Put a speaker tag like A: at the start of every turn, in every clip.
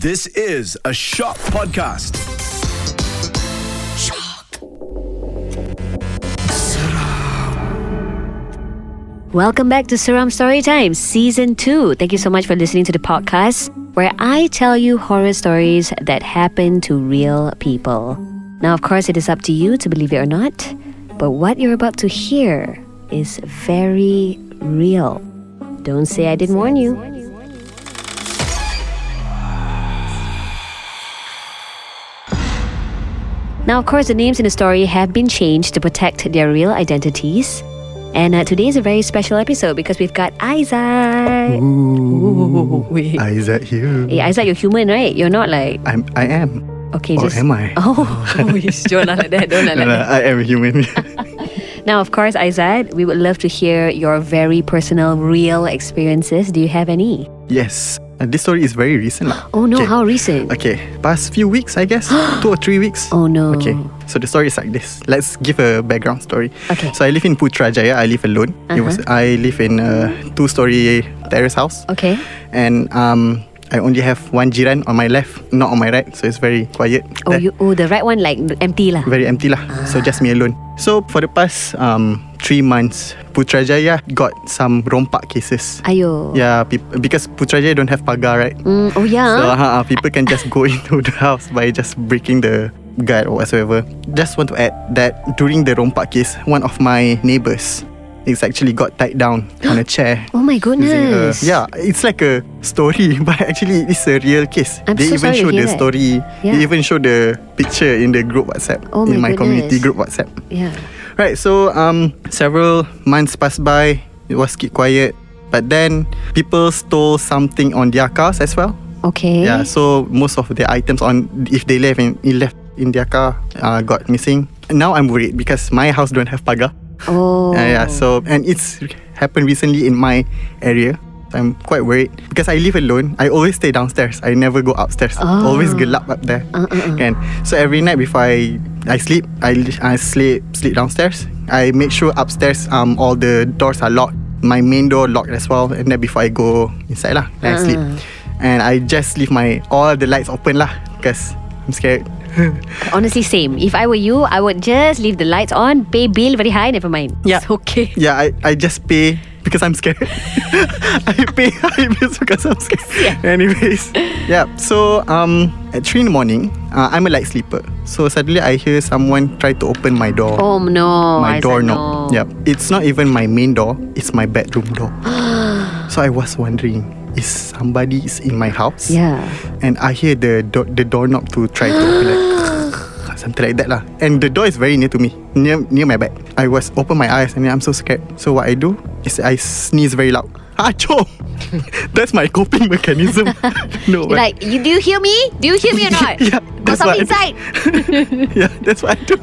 A: This is a Shock Podcast.
B: Welcome back to Seram Storytime Season 2. Thank you so much for listening to the podcast where I tell you horror stories that happen to real people. Now, of course, it is up to you to believe it or not, but what you're about to hear is very real. Don't say I didn't warn you. Now, of course, the names in the story have been changed to protect their real identities. And uh, today is a very special episode because we've got Isaac.
C: Isaac Hugh.
B: Hey, Isaac, you're human, right? You're not like
C: I'm, I am.
B: okay.
C: Or
B: just
C: am I?
B: Oh, don't laugh like that. Don't laugh
C: No,
B: like
C: no,
B: that.
C: I am human.
B: Now, of course, Isaac, we would love to hear your very personal, real experiences. Do you have any?
C: yes. Uh, this story is very recent. lah.
B: Oh no,
C: Okay.
B: how recent?
C: Okay, past few weeks, I guess. Two or three weeks.
B: Oh no.
C: Okay, so the story is like this. Let's give a background story.
B: Okay. Uh-huh.
C: So I live in Putrajaya. I live alone. It was I live in a two-story terrace house.
B: Okay.
C: And um, I only have one jiran on my left, not on my right. So it's very quiet.
B: Oh,
C: There-
B: you, oh, the right one like empty lah.
C: very empty lah. So just me alone. So for the past um three months, Putrajaya got some rompak cases.
B: Ayo.
C: Yeah, peop- because Putrajaya don't have pagar, right?
B: Mm, oh yeah.
C: So uh, people can just go into the house by just breaking the guard or whatsoever. Just want to add that during the rompak case, one of my neighbors is actually got tied down on a chair.
B: oh my
C: using a-
B: goodness.
C: yeah, it's like a story, but actually it's a real case.
B: I'm
C: they
B: so
C: even
B: sorry to
C: show
B: hear
C: the
B: that.
C: story.
B: Yeah.
C: They even show the picture in the group WhatsApp.
B: Oh
C: in
B: my
C: my community
B: goodness.
C: group WhatsApp.
B: Yeah.
C: Right, so um, several months passed by. It was keep quiet, but then people stole something on their cars as well.
B: Okay.
C: Yeah, so most of the items on if they left in it left in their car uh, got missing. Now I'm worried because my house don't have pagar.
B: oh.
C: Uh, yeah, so and it's happened recently in my area. I'm quite worried because I live alone. I always stay downstairs. I never go upstairs.
B: Ah.
C: Always gelap up there.
B: Uh, uh, uh.
C: And so every night before I I sleep, I I sleep sleep downstairs. I make sure upstairs um all the doors are locked. My main door locked as well. And then before I go inside lah, then I
B: Ah.
C: sleep. And I just leave my all the lights open lah because I'm scared.
B: Honestly, same. If I were you, I would just leave the lights on, pay bill very high, never mind.
C: Yeah.
B: It's okay.
C: Yeah, I, I just pay because I'm scared. I pay high bills because I'm scared. Anyways, yeah. So um, at three in the morning, uh, I'm a light sleeper. So suddenly I hear someone try to open my door.
B: Oh no.
C: my
B: Isaac,
C: door
B: no.
C: knob. Yep. It's not even my main door. It's my bedroom door. so I was wondering, is somebody is in my house?
B: Yeah.
C: And I hear the door, the doorknob to try to open like something like that lah. And the door is very near to me, near near my back. I was open my eyes and I'm so scared. So what I do is I sneeze very loud. Acho! That's my coping mechanism.
B: You're
C: no, but-
B: like, you, do you hear me? Do you hear me or not?
C: Yeah,
B: Got
C: that's what
B: something
C: I-
B: inside.
C: yeah, that's what I do.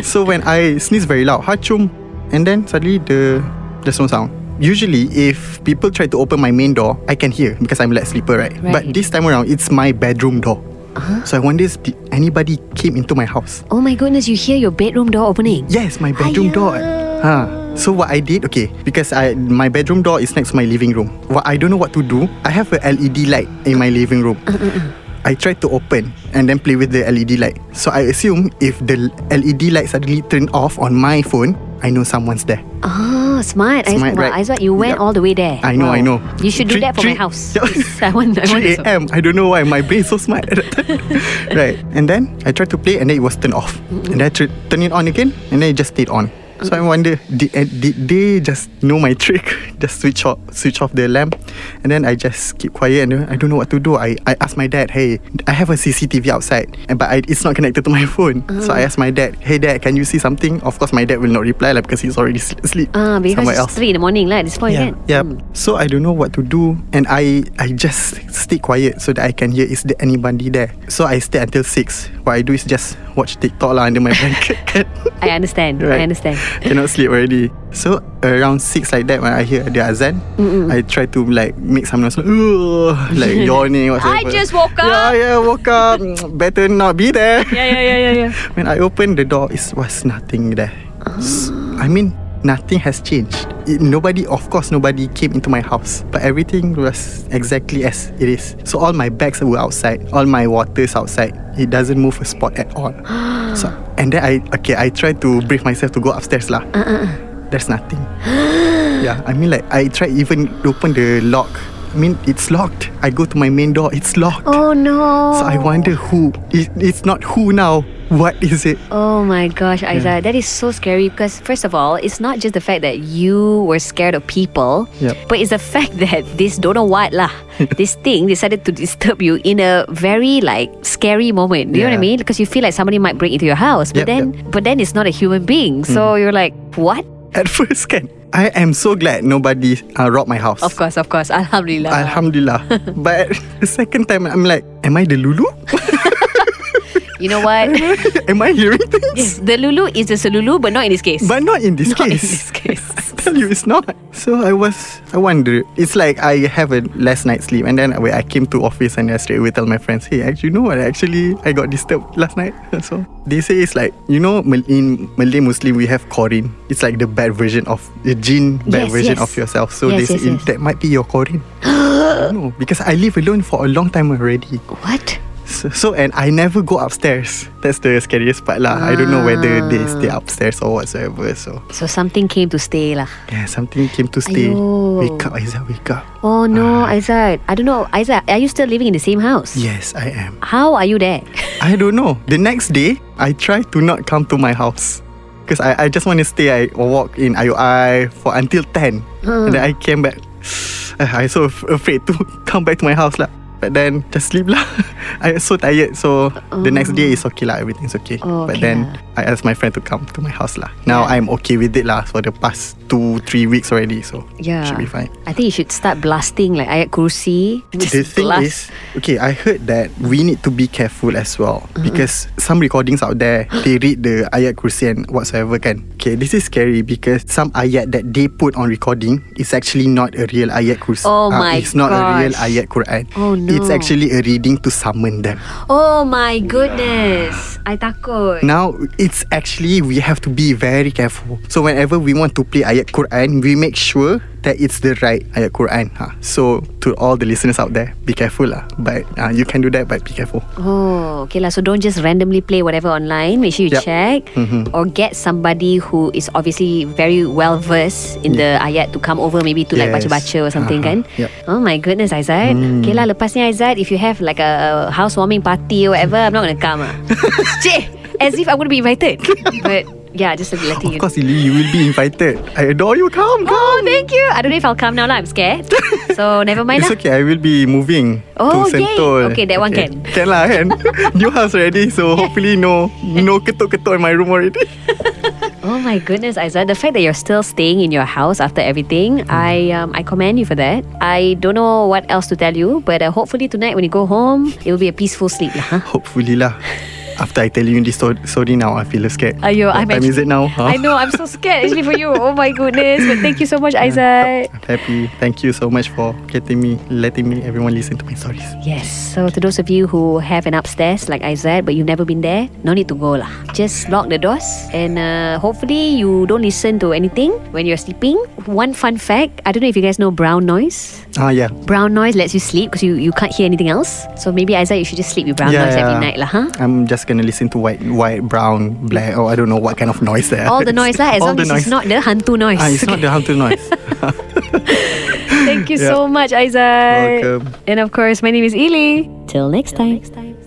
C: so when I sneeze very loud, hachum, and then suddenly the there's no sound. Usually, if people try to open my main door, I can hear because I'm a light sleeper, right?
B: Right.
C: But this time around, it's my bedroom door. So I wonder if pe- anybody came into my house.
B: Oh my goodness, you hear your bedroom door opening.
C: Yes, my bedroom door. Huh. So what I did, okay, because I my bedroom door is next to my living room. What I don't know what to do, I have a LED light in my living room. I tried to open and then play with the LED light. So I assume if the LED light suddenly turned off on my phone, I know someone's there.
B: Oh, smart. I,
C: Smart,
B: wow,
C: right?
B: Isaac, you went
C: Yup.
B: all the way there.
C: I know, I
B: Wow.
C: know.
B: You should do
C: Three-
B: that for my
C: three-
B: house.
C: Yup.
B: Please, I want, I want some.
C: 3 a.m. I don't know why my brain is so smart. right. And then I tried to play and then it was turned off. And then I tried turn it on again and then it just stayed on. So I wonder did, eh, did they just know my trick? Just switch off switch off the lamp and then I just keep quiet and then I don't know what to do. I, I asked my dad, hey, I have a CCTV outside and but I, it's not connected to my phone. So I asked my dad, hey dad, can you see something? Of course my dad will not reply like, because he's already sl- asleep
B: Ah, because
C: somewhere
B: it's
C: else.
B: 3 in the morning lah, at this point,
C: Yeah.
B: kan?
C: Yep.
B: Mm.
C: So I don't know what to do, and I I just stay quiet so that I can hear is there anybody there. So I stay until six. What I do is just watch TikTok lah under my blanket.
B: I understand. I
C: Right.
B: understand.
C: Cannot sleep already. So around six like that, when I hear the azan, I try to like make some noise like, "Ugh," like yawning. Whatsoever.
B: just woke
C: Yeah,
B: up.
C: yeah, woke up. Better not be there.
B: yeah, yeah, yeah, yeah.
C: When I opened the door, it was nothing there. S- I mean, nothing has changed. It, nobody, of course, nobody came into my house, but everything was exactly as it is. So all my bags were outside, all my waters outside. It doesn't move a spot at all. so and then I okay, I tried to brave myself to go upstairs lah. There's nothing. yeah, I mean like I tried even open the lock. I mean it's locked. I go to my main door, it's locked.
B: Oh no.
C: So I wonder who. It, it's not who now. What is it?
B: Oh my gosh, Aiza, that is so scary because first of all, it's not just the fact that you were scared of people,
C: Yep.
B: but it's the fact that this don't know what lah, this thing decided to disturb you in a very like scary moment. Do you know what I
C: Yeah.
B: mean? Because you feel like somebody might break into your house, but
C: Yep,
B: then but then it's not a human being,
C: Mm-hmm.
B: so you're like, what?
C: At first, can I am so glad nobody uh, robbed my house.
B: Of course, of course, Alhamdulillah.
C: Alhamdulillah. but the second time, I'm like, am I the Lulu?
B: you know what?
C: am I hearing things?
B: the Lulu is the Selulu, but not in this case.
C: But not in this
B: not in
C: case.
B: this case.
C: I tell you, it's not. So I was, I wonder. It's like I have a last night's sleep, and then when I came to office, and I straight away tell my friends, "Hey, actually, you know what? Actually, I got disturbed last night." So they say it's like you know, Mal- in Malay Muslim we have korin. It's like the bad version of the jinn, bad
B: Yes,
C: version
B: yes.
C: of yourself. So
B: Yes,
C: they say
B: yes, yes.
C: that might be your korin. no, because I live alone for a long time already.
B: what?
C: So, so and I never go upstairs. That's the scariest part lah. I don't know whether they stay
B: Ah.
C: upstairs or whatsoever. So
B: So something came to stay lah.
C: yeah, something came to stay.
B: Aiyo.
C: Wake up, Aiza, wake up.
B: Oh
C: Ah.
B: no, Aizat. I don't know. Aizat, are you still living in the same house?
C: Yes, I am.
B: How are you there?
C: I don't know. The next day, I try to not come to my house. Because I, I just want to stay. I walk in IOI for until 10. And
B: Hmm.
C: then I came back. Eh, I so af- afraid to come back to my house lah. But then just sleep lah. I so tired. So the next day is okay lah. Everything's okay.
B: Oh, okay
C: But then I asked my friend to come to my house lah. Now I'm okay with it lah for the past two, three weeks already. So
B: Yeah.
C: should be fine.
B: I think you should start blasting like ayat kursi.
C: the thing is, okay, I heard that we need to be careful as well
B: Mm-hmm.
C: because some recordings out there they read the ayat kursi and whatsoever can. Okay, this is scary because some ayat that they put on recording is actually not a real ayat kursi.
B: Oh
C: Ah,
B: my
C: It's not a real
B: gosh.
C: ayat Quran.
B: Oh no.
C: It's actually a reading to summon them.
B: Oh my goodness. I takut.
C: Now it's actually we have to be very careful. So whenever we want to play ayat Quran, we make sure that it's the right ayat Quran. Ha. So to all the listeners out there, be careful lah. But uh, you can do that, but be careful.
B: Oh, okay lah. So don't just randomly play whatever online. Make sure you
C: Yep.
B: check
C: Mm-hmm.
B: or get somebody who is obviously very well versed in the ayat to come over, maybe to like
C: Yes.
B: baca-baca or something
C: Uh-huh. Mm.
B: kan.
C: Yep.
B: Oh my goodness, Aizat. Okay lah. Lepas ni Aizat, if you have like a housewarming party or whatever, I'm not gonna come. ah. Cik, as if I'm gonna be invited. but yeah, just letting you.
C: Of course, Ili, you will be invited. I adore you. Come, come.
B: Oh, thank you. I don't know if I'll come now lah. I'm scared. so never mind
C: It's
B: lah.
C: okay. I will be moving
B: Oh,
C: to
B: yay.
C: Sentul.
B: Okay, that one can.
C: Can lah, can. New house already, so hopefully no no ketuk-ketuk in my room already.
B: Oh my goodness, Aiza. The fact that you're still staying in your house after everything, I um, I commend you for that. I don't know what else to tell you, but uh, hopefully tonight when you go home, it will be a peaceful sleep lah. Huh?
C: Hopefully lah. After I tell you this story, story now, I feel scared.
B: Ayo,
C: what
B: I'm
C: time is
B: actually-
C: it now? Huh?
B: I know, I'm so scared actually for you. Oh my goodness. But thank you so much, Aiza.
C: I'm happy. Thank you so much for getting me, letting me, everyone listen to my stories.
B: Yes. So to those of you who have an upstairs like I said, but you've never been there, no need to go lah. Just lock the doors and uh, hopefully you don't listen to anything when you're sleeping. One fun fact: I don't know if you guys know brown noise.
C: Ah, yeah.
B: Brown noise lets you sleep because you, you can't hear anything else. So maybe Isaac, you should just sleep with brown
C: yeah,
B: noise
C: yeah.
B: every night lah, huh?
C: I'm just gonna listen to white, white, brown, black, or I don't know what kind of noise there.
B: All the noise lah, as
C: All
B: long
C: the
B: as it's
C: noise.
B: not the hantu noise.
C: Ah, it's not the harmful noise.
B: Thank you
C: Yeah.
B: so much, Isaac.
C: Welcome.
B: And of course, my name is Ely. Till next time.